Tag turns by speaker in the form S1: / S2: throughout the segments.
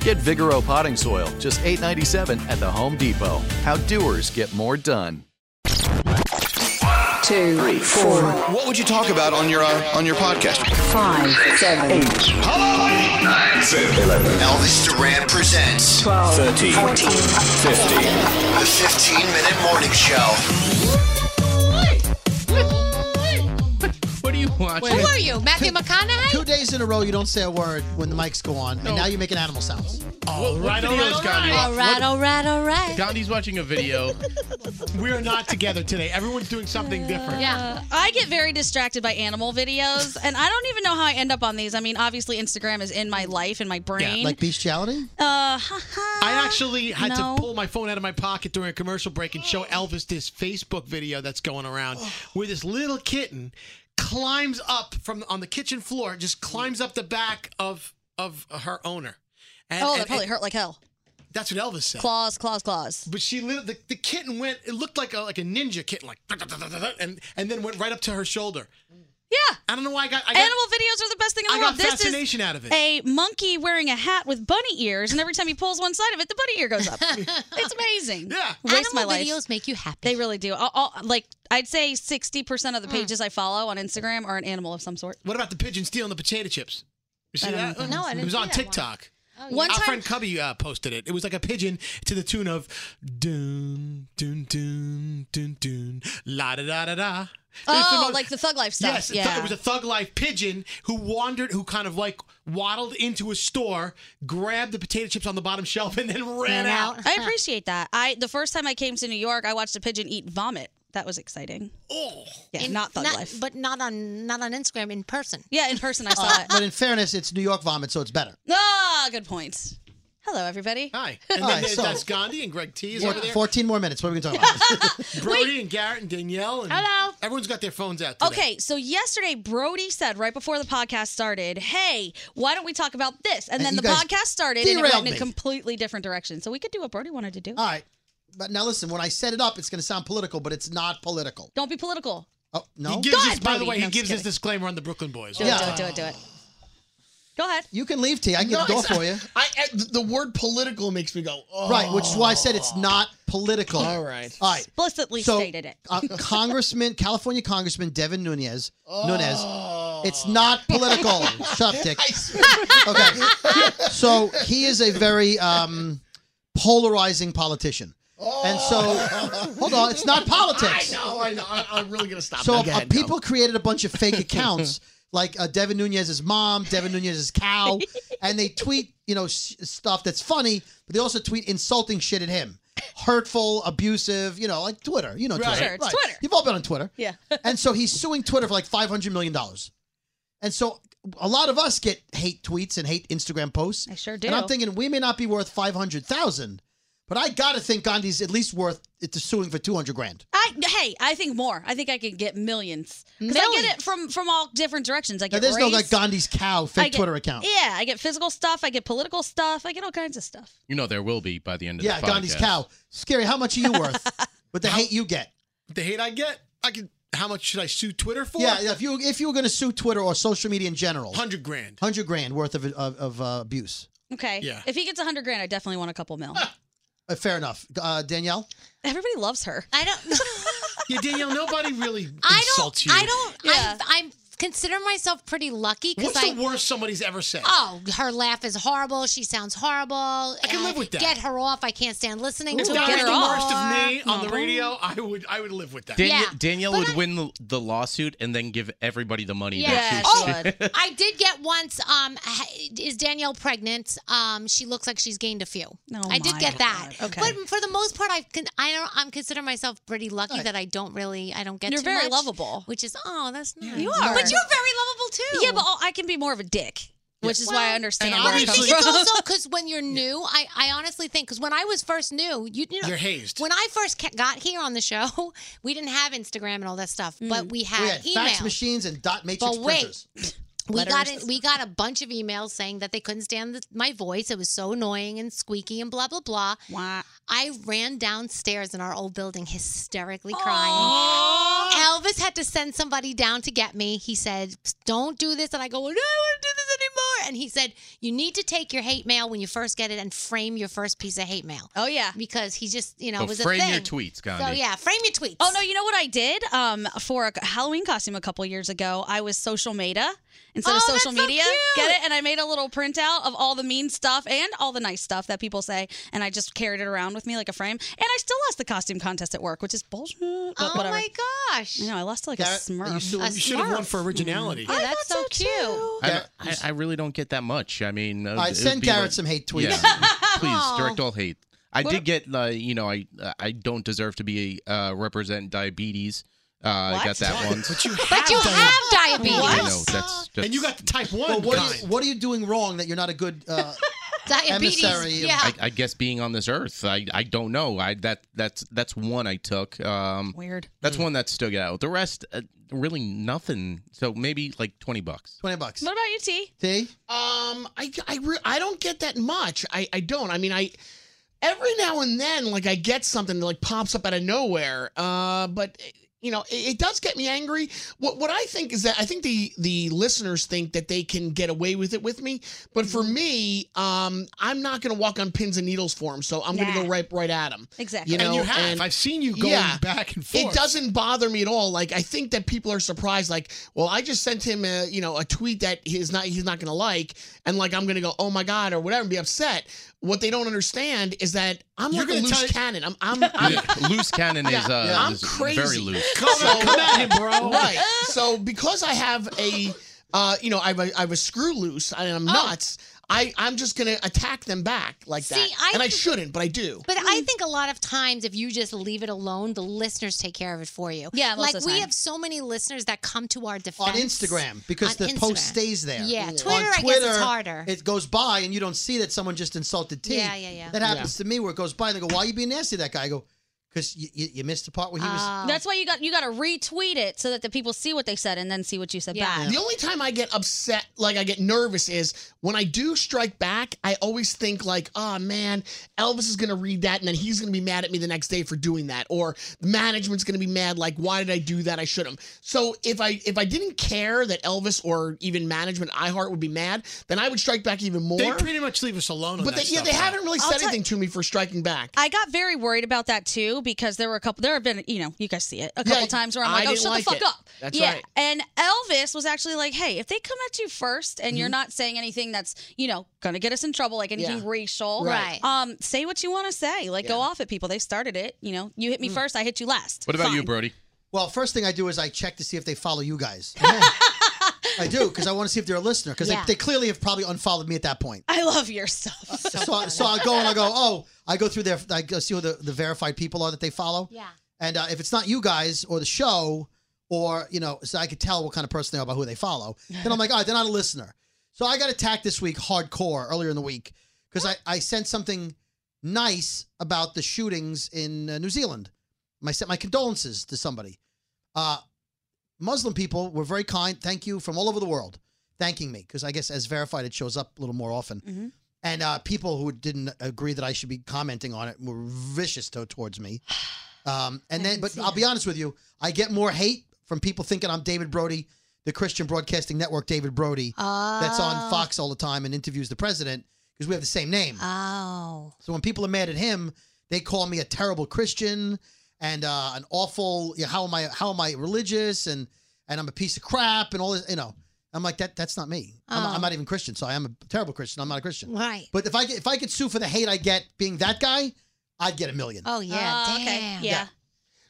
S1: Get Vigoro potting soil, just $8.97 at the Home Depot. How doers get more done.
S2: two, three, four,
S3: What would you talk about on your uh, on your podcast?
S2: five, seven, eight,
S3: Elvis Duran presents
S2: twelve,
S4: 13,
S2: fourteen,
S4: 15.
S3: the 15 minute morning show.
S5: What are you watching?
S6: Who are you, Matthew
S7: Two
S6: McConaughey?
S7: days in a row, you don't say a word when the mics go on, and now you make an animal sounds. Uh,
S5: What video's Gandhi?
S6: All right, all right, all right.
S5: Gandhi's watching a video.
S7: We are not together today. Everyone's doing something different.
S6: Yeah.
S4: I get very distracted by animal videos, and I don't even know how I end up on these. I mean, obviously, Instagram is in my life, in my brain.
S7: Like bestiality?
S4: uh, haha.
S8: I actually had
S4: No.
S8: to pull my phone out of my pocket during a commercial break and show Elvis this Facebook video that's going around where this little kitten climbs up from on the kitchen floor, just climbs up the back of of her owner. And,
S4: oh, that
S8: and-
S4: probably
S8: and
S4: hurt like hell.
S8: That's what Elvis said.
S4: Claws, claws, claws.
S8: But she lit the, the kitten went. It looked like a like a ninja kitten, like and and then went right up to her shoulder.
S4: Yeah.
S8: I don't know why I got I got,
S4: Animal videos are the best thing in the
S8: I
S4: world.
S8: got fascination out of it.
S4: a monkey wearing a hat with bunny ears, and every time he pulls one side of it, the bunny ear goes up. it's amazing.
S8: Yeah.
S4: Waste
S6: Animal
S4: my life.
S6: videos make you happy. Mm.
S4: They really do. I'll, I'll- like, I'd say 60% of the pages I follow on Instagram are an animal of some sort.
S8: What about the pigeon stealing the potato chips? You see
S4: I don't
S8: that?
S4: know. No, I
S8: It was on TikTok.
S4: One
S8: Our
S4: time,
S8: friend Cubby uh, posted it. It was like a pigeon to the tune of dun dun dun dun dun la da da da da.
S4: Oh, like the Thug Life stuff.
S8: Yes, it-
S4: Yeah.
S8: it was a thug life pigeon who wandered, who kind of like waddled into a store, grabbed the potato chips on the bottom shelf, and then ran out.
S4: I appreciate that. I the first time I came to New York, I watched a pigeon eat vomit. That was exciting.
S8: Oh,
S4: Yeah,
S6: In-
S4: not thug life.
S6: But not on not on Instagram in person.
S4: yeah, in person I saw it.
S7: But in fairness, it's New York vomit, so it's better.
S4: Ah, good point. Hello, everybody.
S8: Hi. And then
S7: Hi,
S8: there's
S7: so-
S8: that's Gandhi and Greg T is
S7: Four-
S8: over there.
S7: 14 more minutes. What are we going to talk about?
S8: Brody and Garrett and Danielle and
S4: Hello.
S8: Everyone's got their phones out. Today.
S4: Okay, so yesterday Brody said right before the podcast started, "Hey, why don't we talk about this?" And,
S7: And
S4: then the
S7: you guys
S4: podcast started and it
S7: derailed
S4: went in a
S7: me.
S4: completely different direction. So we could do what Brody wanted to do.
S7: All right. But now listen, when I set it up, it's going to sound political, but it's not political.
S4: Don't be political.
S7: Oh, no.
S8: He gives
S4: God,
S8: us, by the
S4: Brody.
S8: way,
S4: No,
S8: he
S4: I'm
S8: gives
S4: just
S8: us disclaimer on the Brooklyn Boys.
S4: Do
S7: Yeah.
S4: it, do it, do it, do it. Go ahead.
S7: You can leave, T. I can
S9: No,
S7: get the door
S9: it's not-
S7: for you.
S9: I, I- the word political makes me go, oh.
S7: Right, which is why I said it's not political.
S9: All right.
S7: All right.
S4: Explicitly
S7: So,
S4: stated it.
S7: uh, Congressman, California Congressman Devin Nunez.
S9: Oh.
S7: Nunez. It's not political. Shut up, Dick. Okay. So he is a very um, polarizing politician. And so, hold on, it's not politics.
S9: Oh. I know, I know. I, am really going to stop.
S7: So
S9: now.
S7: uh,
S9: Go ahead,
S7: people created a bunch of fake accounts, like uh, Devin Nunez's mom, Devin Nunez's cow, and they tweet you know s- stuff that's funny, but they also tweet insulting shit at him, hurtful, abusive, you know, like Twitter. You know,
S4: Right.
S7: Twitter.
S4: Sure, it's Twitter.
S7: You've all been on Twitter.
S4: Yeah.
S7: and so he's suing Twitter for like five hundred million dollars. And so a lot of us get hate tweets and hate Instagram posts. I
S4: sure
S7: And I'm
S4: do.
S7: thinking we may not be worth five hundred thousand, but I gotta think Gandhi's at least worth it's suing for two hundred grand.
S4: I hey, I think more. I think I could get millions. Because I get it from from all different directions. I
S7: Now,
S4: get
S7: there's no
S4: race,
S7: like Gandhi's cow
S4: I
S7: fake
S4: get-
S7: Twitter account.
S4: Yeah, I get physical stuff. I get political stuff. I get all kinds of stuff.
S5: You know there will be by the end of
S7: Yeah,
S5: the
S7: Gandhi's cow. Scary. How much are you worth with the hate you get?
S8: The hate I get, I could. How much should I sue Twitter for?
S7: Yeah, if you if you were going to sue Twitter or social media in general,
S8: hundred grand.
S7: hundred grand worth of of, of uh, abuse.
S4: Okay.
S7: Yeah.
S4: If he gets a hundred grand, I definitely want a couple mil.
S7: Uh, fair enough, uh, Danielle.
S4: Everybody loves her.
S6: I don't.
S8: Yeah, Danielle, nobody really
S6: I
S8: insults
S6: don't.
S8: you.
S6: I don't. I'm, I'm consider myself pretty lucky because
S8: What's
S6: I.
S8: the worst somebody's ever said?
S6: Oh, her laugh is horrible. She sounds horrible. I
S8: can live with that.
S6: Get her off. I can't stand listening
S8: if
S6: to
S8: that
S6: her.
S8: was
S6: Get
S8: the
S6: her
S8: worst
S6: off.
S8: of me on the
S6: Mhm.
S8: radio, I would I would live with that.
S5: Danielle,
S6: Yeah.
S5: Danielle would win the, the lawsuit and then give everybody the money.
S6: Yeah.
S5: that
S6: Oh,
S5: she-
S6: I did get once. Um, h- is Danielle pregnant? Um, she looks like she's gained a few. No, I did
S4: Oh my
S6: get that.
S4: God. Okay.
S6: but for the most part, I've con- I don't. I'm consider myself pretty lucky that I don't really. I don't get.
S4: You're
S6: too
S4: very
S6: much,
S4: lovable.
S6: which is oh, that's nice.
S4: You are.
S6: but you're very lovable too.
S4: Yeah, but all- oh, I can be more of a dick, which is why I understand
S6: And
S4: where
S6: I
S4: it comes
S6: think it's
S4: from.
S6: also because when you're new, I, I honestly think because when I was first new, you, you know,
S8: You're hazed.
S6: When I first ca- got here on the show, we didn't have Instagram and all that stuff,
S4: Mm.
S6: but we had,
S7: we had
S6: email.
S7: fax machines and dot matrix
S6: But wait.
S7: printers.
S6: We got
S7: Letters.
S6: it. We got a bunch of emails saying that they couldn't stand the, my voice. It was so annoying and squeaky and blah blah blah. I ran downstairs in our old building, hysterically crying. Elvis had to send somebody down to get me. He said, "Don't do this," and I go, "Well, "I don't want to do this anymore." And he said, "You need to take your hate mail when you first get it and frame your first piece of hate mail."
S4: Oh yeah,
S6: because he just you know
S5: Oh,
S6: it was
S5: frame
S6: a thing.
S5: your tweets, Gandhi.
S6: So yeah, frame your tweets.
S4: Oh no, you know what I did? Um, for a Halloween costume a couple years ago, I was social media instead
S6: Oh,
S4: of social
S6: that's so
S4: media.
S6: cute.
S4: Get it? And I made a little printout of all the mean stuff and all the nice stuff that people say, and I just carried it around with me like a frame. And I still lost the costume contest at work, which is bullshit. But
S6: Oh
S4: whatever.
S6: my gosh!
S4: I know I lost to, like
S8: Garrett,
S4: a Smurf.
S8: you should- A you should have won Smurf. for originality.
S6: Yeah, that's so, cute.
S5: I, don't- I, I really don't get that much. I mean, uh,
S7: All right,
S5: it would
S7: send
S5: be
S7: Garrett
S5: like-
S7: some hate tweets.
S5: Yeah, please direct
S6: Aw.
S5: all hate. I
S6: What-
S5: did get, uh, you know, I I don't deserve to be uh, represent diabetes. Uh, I got that once.
S8: But you
S6: But you have diabetes.
S5: I know that's just.
S8: and you got the type one.
S7: Well, what, are
S8: kind.
S7: you, what are you doing wrong that you're not a good uh,
S6: Diabetes.
S7: emissary? of-
S6: Yeah.
S5: I, I guess being on this earth, I, I don't know. I that that's that's one I took. Um,
S4: Weird.
S5: That's one that stuck out. The rest, uh, really nothing. So maybe like twenty bucks.
S7: Twenty bucks.
S4: What about you, T?
S7: T.
S9: Um, I I, re- I don't get that much. I I don't. I mean, I every now and then like I get something that like pops up out of nowhere. Uh, but you know, it, it does get me angry. What what I think is that I think the the listeners think that they can get away with it with me, but for
S4: Mm-hmm.
S9: me, um, I'm not gonna walk on pins and needles for them. So I'm
S4: Nah.
S9: gonna go right right at them.
S4: Exactly.
S9: You know,
S8: and you have.
S9: and-
S8: I've seen you going
S9: Yeah.
S8: back and forth.
S9: It doesn't bother me at all. Like I think that people are surprised. Like, well, I just sent him a you know a tweet that he's not he's not gonna like, and like I'm gonna go oh my god or whatever and be upset. What they don't understand is that I'm
S8: You're
S9: like a
S8: gonna
S9: loose
S8: tell-
S9: cannon. I'm I'm, I'm
S5: loose cannon is,
S9: Yeah,
S5: uh,
S9: yeah. I'm
S5: is
S9: crazy.
S5: very loose.
S8: Come,
S9: So-
S8: come at him, bro.
S9: right.
S6: Oh.
S9: So because I have a, uh, you know, I have a, I have a screw loose and I'm nuts. I I'm just gonna attack them back like that.
S6: See, I
S9: and I
S6: th-
S9: shouldn't, but I do.
S6: But I think a lot of times, if you just leave it alone, the listeners take care of it for you.
S4: Yeah, most
S6: like
S4: of the
S6: we
S4: time.
S6: have so many listeners that come to our defense
S7: on Instagram because
S6: On
S7: the post
S6: Instagram.
S7: stays there.
S6: Yeah,
S7: On
S6: Twitter, I guess it's harder.
S7: It goes by and you don't see that someone just insulted T.
S6: Yeah, yeah, yeah.
S7: That happens to me where it goes by and they go, "Why you being nasty to that guy?" I go, "Cause you, you, you missed the part where he was."
S4: uh,
S6: Oh.
S4: That's why you got you got to retweet it so that the people see what they said and then see what you said back.
S9: The only time I get upset, like I get nervous, is when I do strike back. I always think like, "Oh man, Elvis is gonna read that, and then he's gonna be mad at me the next day for doing that, or the management's gonna be mad. Like, why did I do that? I should have." So if I if I didn't care that Elvis or even management, iHeart would be mad, then I would strike back even more.
S8: They pretty much leave us alone on
S9: but
S8: that
S9: they, yeah,
S8: stuff
S9: they
S8: now.
S9: haven't really
S4: I'll
S9: said
S4: tell-
S9: anything to me for striking back.
S4: I got very worried about that too because there were a couple. There have been, you know, you guys see it a
S9: Yeah,
S4: couple times where I'm
S9: I
S4: like, "Oh,
S9: didn't
S4: shut
S9: like
S4: the fuck
S9: it.
S4: up."
S9: That's
S4: yeah.
S9: right.
S4: And Elvis was actually like, "Hey, if they come at you first and
S7: Mm-hmm.
S4: you're not saying anything that's, you know, gonna get us in trouble, like anything
S6: Yeah.
S4: racial,
S6: Right.
S4: Um, say what you want to say. Like, go
S7: Yeah.
S4: off at people. They started it. You know, you hit me
S7: Mm.
S4: first, I hit you last. Fine.
S7: Brody? Well, first thing I do is I check to see if they follow you guys. I do because I want to see if they're a listener because
S4: Yeah.
S7: they, they clearly have probably unfollowed me at that point.
S4: I love your stuff.
S7: so, I, so I go and I go, oh, I go through their, I go see who the, the verified people are that they follow.
S4: Yeah.
S7: And uh, if it's not you guys or the show, or, you know, so I could tell what kind of person they are by who they follow, then I'm like, all right, they're not a listener. So I got attacked this week hardcore earlier in the week because I, I sent something nice about the shootings in uh, New Zealand. I sent my condolences to somebody. Uh, Muslim people were very kind. Thank you from all over the world, thanking me because I guess as verified, it shows up a little more often. And uh, people who didn't agree that I should be commenting on it were vicious to- towards me. Um, and then, but I'll be honest with you, I get more hate from people thinking I'm David Brody, the Christian Broadcasting Network David Brody, that's
S6: Oh.
S7: on Fox all the time and interviews the president because we have the same name.
S6: Oh.
S7: So when people are mad at him, they call me a terrible Christian and uh, an awful. You know, how am I? How am I religious? And and I'm a piece of crap and all this. You know, I'm like that. That's not me. I'm,
S6: Oh.
S7: I'm not even Christian. So I am a terrible Christian. I'm not a Christian.
S6: Right.
S7: But if I could- if I could sue for the hate I get being that guy, I'd get a million.
S6: Oh yeah.
S9: Oh,
S4: Uh,
S6: damn.
S9: okay. Yeah.
S6: yeah.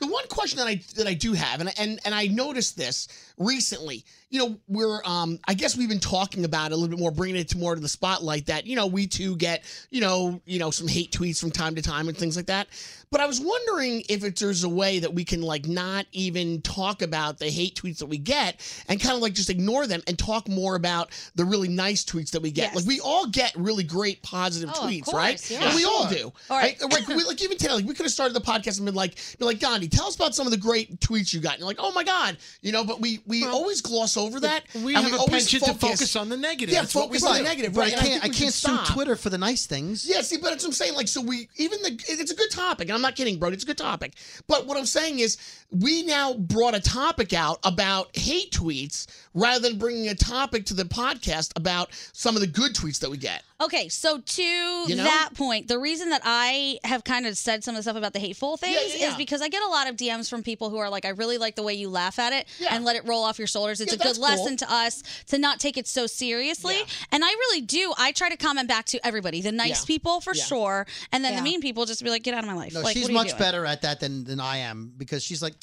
S9: The one question that I that I do have, and and and I noticed this recently. You know, we're um, I guess we've been talking about it a little bit more, bringing it to more to the spotlight. That you know, we too get you know, you know, some hate tweets from time to time and things like that. But I was wondering if it's, there's a way that we can like not even talk about the hate tweets that we get and kind of like just ignore them and talk more about the really nice tweets that we get.
S10: Yes.
S9: Like we all get really great positive
S10: Oh, of
S9: tweets,
S10: course,
S9: right?
S10: yeah.
S9: We all
S10: Sure.
S9: do.
S10: All right.
S9: Like, like, we, like even today, like we could have started the podcast and been like, be like Gandhi, tell us about some of the great tweets you got. And you're like, oh my god, you know. But we we always gloss over that.
S8: we
S9: and
S8: have a
S9: always
S8: penchant to focus on the negative.
S9: Yeah,
S8: That's what we
S9: focus on the
S8: do.
S9: negative.
S7: But
S9: Right.
S7: I
S9: And
S7: can't. I,
S9: think we should
S7: can't sue
S9: stop.
S7: Twitter for the nice things.
S9: Yeah, see, but that's what I'm saying. Like, so we even the it's a good topic, and I'm not kidding, bro. It's a good topic. But what I'm saying is, we now brought a topic out about hate tweets rather than bringing a topic to the podcast about some of the good tweets that we get.
S4: Okay, so to
S9: You know?
S4: that point, the reason that I have kind of said some of the stuff about the hateful things
S9: yeah, yeah.
S4: is because I get a lot of DMs from people who are like, I really like the way you laugh at it and let it roll off your shoulders. It's
S9: Yeah,
S4: a good
S9: that's
S4: lesson
S9: cool.
S4: to us to not take it so seriously. And I really do. I try to comment back to everybody, the nice
S7: Yeah.
S4: people for
S7: Yeah.
S4: sure, and then
S7: Yeah.
S4: the mean people just be like, get out of my life.
S7: No,
S4: like,
S7: she's
S4: what are you
S7: much
S4: doing?
S7: better at that than than I am because she's like,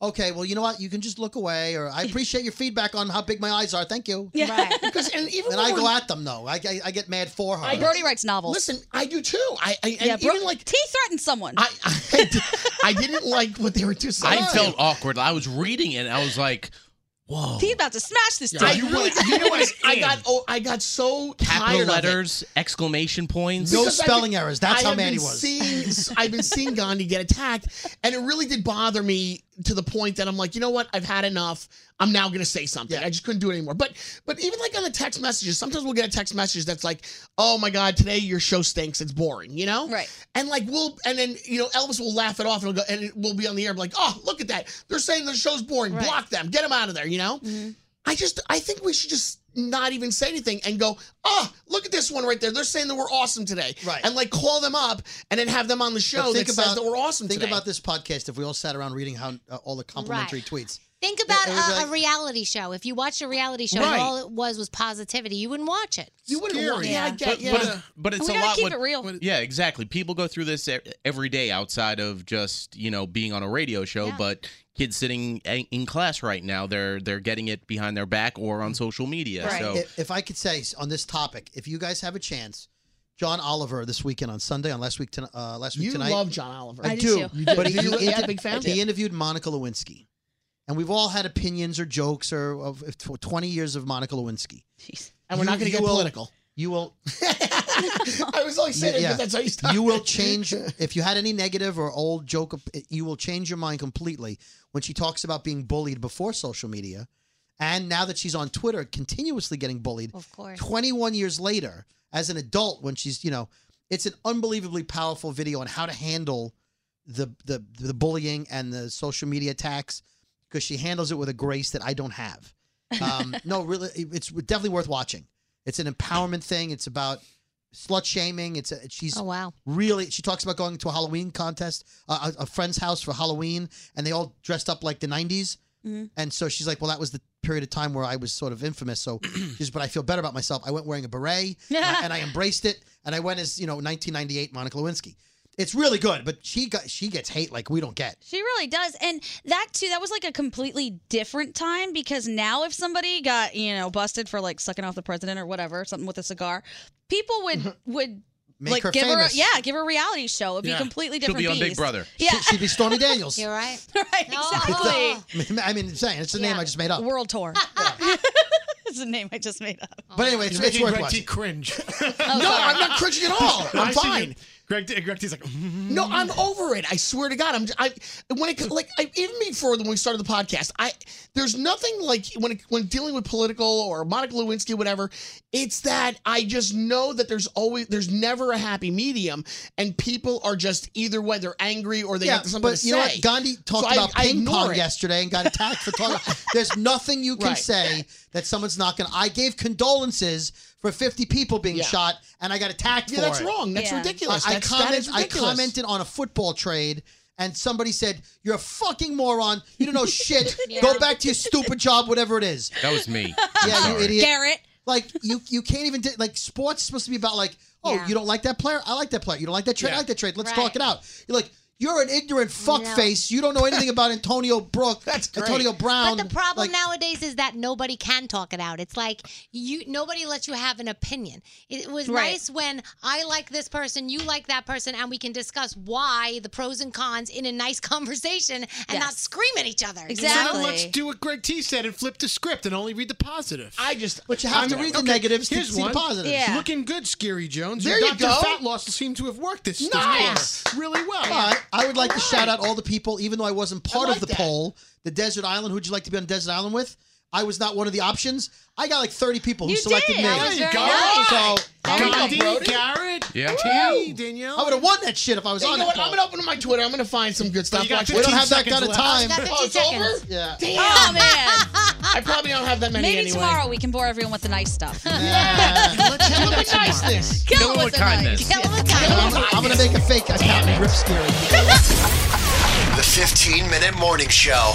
S7: okay, well, you know what? You can just look away, or I appreciate your feedback on how big my eyes are. Thank you.
S4: Yeah. Right.
S9: Because and even
S7: and I
S9: when
S7: go
S9: we're-
S7: at them though. I, I, I get mad for her.
S9: I-
S4: Brody writes novels.
S9: Listen, I do too. I, I
S4: yeah,
S9: and
S4: bro-
S9: even like
S4: he threatened someone.
S9: I, I didn't like what they were just saying.
S5: I felt awkward. I was reading it and I was like, whoa.
S4: He about to smash this.
S5: Yeah,
S4: dude.
S5: you really-
S9: you know what? I got oh, I got so
S5: Capital
S9: tired of it.
S5: letters, exclamation points.
S9: Because I've been- I have been Seeing, I've been seeing Gandhi get attacked, and it really did bother me to the point that I'm like, you know what? I've had enough. I'm now going to say something. I just couldn't do it anymore. But but even like on the text messages, sometimes we'll get a text message that's like, oh my god, today your show stinks. It's boring. You know? Right. And like we'll and then you know Elvis will laugh it off and it'll go and it will be on the air. I'm like, oh look at that. They're saying the show's boring. Block them. Get them out of there. You know? I just I think we should just not even say anything and go, oh, look at this one right there. They're saying that we're awesome today. Right. And like call them up and then have them on the show
S7: But
S9: that says that we're awesome
S7: Think
S9: today.
S7: about this podcast if we all sat around reading how uh, all the complimentary tweets.
S6: Think about
S7: it would be
S6: a,
S7: like-
S6: a reality show. If you watched a reality show,
S5: Right.
S6: and all it was was positivity. You wouldn't watch it.
S9: You wouldn't
S7: watch it. Yeah, I get-
S5: but,
S7: yeah.
S5: but, it's- but it's
S6: We
S5: a
S6: gotta
S5: lot.
S6: keep
S5: what-
S6: it real.
S5: what- yeah, exactly. People go through this e- every day outside of just you know being on a radio show. But kids sitting a- in class right now, they're they're getting it behind their back or
S6: Mm.
S5: on social media. So
S7: If, if I could say s- on this topic, if you guys have a chance, John Oliver this weekend on Sunday on last week tonight. Uh, last week
S9: You
S7: tonight.
S9: love John Oliver.
S7: I,
S9: I do
S7: do.
S9: too. You do.
S7: But he,
S9: Do you- yeah,
S7: inter-
S9: big fan?
S7: he interviewed Monica Lewinsky, and we've all had opinions or jokes or of, of tw- twenty years of Monica Lewinsky.
S9: And we're not gonna
S7: to
S9: get political.
S7: You will.
S9: Oh, I was only saying it
S7: Yeah.
S9: because that's how you start.
S7: You will change if you had any negative or old joke. uh, You will change your mind completely when she talks about being bullied before social media, and now that she's on Twitter, continuously getting bullied. Of
S6: course.
S7: Twenty-one years later, as an adult, when she's you know, it's an unbelievably powerful video on how to handle the the the bullying and the social media attacks because she handles it with a grace that I don't have. Um, no, really, it's definitely worth watching. It's an empowerment thing. It's about slut shaming. It's a, she's
S6: Oh, wow.
S7: really she talks about going to a Halloween contest, uh, a, a friend's house for Halloween, and they all dressed up like the '90s.
S4: Mm-hmm.
S6: Mhm.
S7: And so she's like, well, that was the period of time where I was sort of infamous. So she's, but I feel better about myself. I went wearing a beret and, I, and I embraced it, and I went as you know 1998 Monica Lewinsky. It's really good, but she got she gets hate like we don't get.
S4: She really does. And that too, that was like a completely different time because now if somebody got, you know, busted for like sucking off the president or whatever, something with a cigar, people would would
S7: Mm-hmm. Make
S4: like
S7: her
S4: give
S7: famous.
S4: her a, yeah, give her a reality show. It'd be
S7: Yeah.
S4: a completely
S7: She'll
S4: different
S7: be on Big
S4: beast.
S7: Brother.
S4: Yeah.
S7: She'd be Stormy Daniels. uh,
S6: You're right.
S4: right, exactly.
S7: I mean, I'm saying it's the name I just made up.
S4: World tour. It's a name I just made up.
S7: But anyway, it's,
S8: He's
S7: it's
S8: making
S7: worth
S8: Greg T
S7: watching.
S8: cringe.
S9: no, I'm not cringing at all. I'm
S8: I see
S9: fine.
S8: you- Greg, T- Greg T's like, mm.
S9: No, I'm over it. I swear to God, I'm. I when it like I, even before when we started the podcast, I there's nothing like when it, when dealing with political or Monica Lewinsky, whatever. It's that I just know that there's always there's never a happy medium, and people are just either way they're angry or they
S7: yeah,
S9: got something
S7: but
S9: to
S7: you know
S9: say.
S7: what? Gandhi talked
S9: So I-
S7: about
S9: I
S7: ping
S9: ignore
S7: pong
S9: it.
S7: yesterday and got attacked for talking. There's nothing you can
S9: Right.
S7: say that someone's not going to. I gave condolences for 50 people being shot, and I got attacked
S9: Yeah,
S7: for
S9: that's
S7: it.
S9: wrong. That's Yeah. ridiculous.
S7: I, I
S9: That's- that
S7: comment-
S9: is ridiculous.
S7: I commented on a football trade. And somebody said, "You're a fucking moron. You don't know shit. Go back to your stupid job, whatever it is."
S5: that was me.
S7: Yeah, you
S5: Sorry.
S7: idiot.
S4: Garrett.
S7: Like you you can't even di- like sports is supposed to be about like, oh, you don't like that player? I like that player. You don't like that trade? I like that trade. Let's talk it out. You're like, you're an ignorant fuckface. You don't know anything about Antonio Brook. That's Antonio Brown.
S6: But the problem
S7: Like,
S6: nowadays is that nobody can talk it out. It's like you nobody lets you have an opinion. It was
S4: Right.
S6: nice when I like this person, you like that person, and we can discuss why the pros and cons in a nice conversation and not scream at each other.
S8: Now let's do what Greg T said and flip the script and only read the positive.
S9: I just,
S7: but you have to read the negatives to
S8: here's
S7: see the
S8: one.
S7: positives.
S8: Yeah.
S7: Yeah.
S8: Looking good, Scary Jones.
S7: There
S8: Your
S7: you
S8: Dr.
S7: go.
S8: Fat loss seemed to have worked this, this
S7: Nice.
S8: quarter really well.
S7: But I would like to shout out all the people, even though I wasn't part of the poll, the desert island. Who'd you like to be on desert island with? I was not one of the options. I got like 30 people who
S8: You did.
S7: selected me.
S8: That was There you very go. nice.
S7: So
S8: There
S7: I'm
S8: you go,
S7: gonna go,
S8: Brody. Garrett, Yeah. T, Danielle.
S7: I would have won that shit if I was
S9: You
S7: on
S9: know what?
S7: that poll.
S9: I'm gonna open up my Twitter. I'm gonna find some good stuff.
S7: you got
S9: Watch it.
S7: 15 We don't have that kind of seconds time. left. You got
S9: Oh, it's
S7: 15
S9: over.
S7: seconds. Yeah.
S9: Damn.
S4: Oh man.
S9: I probably don't have that many
S4: Maybe
S9: anyway.
S4: tomorrow we can bore everyone with the nice stuff.
S9: Kill him with niceness.
S4: Kill 'em Kill 'em with with the kindness. nice. Kill 'em with
S7: I'm,
S4: kindness.
S7: gonna- I'm gonna make a fake account and rip scary.
S3: The 15 minute morning show.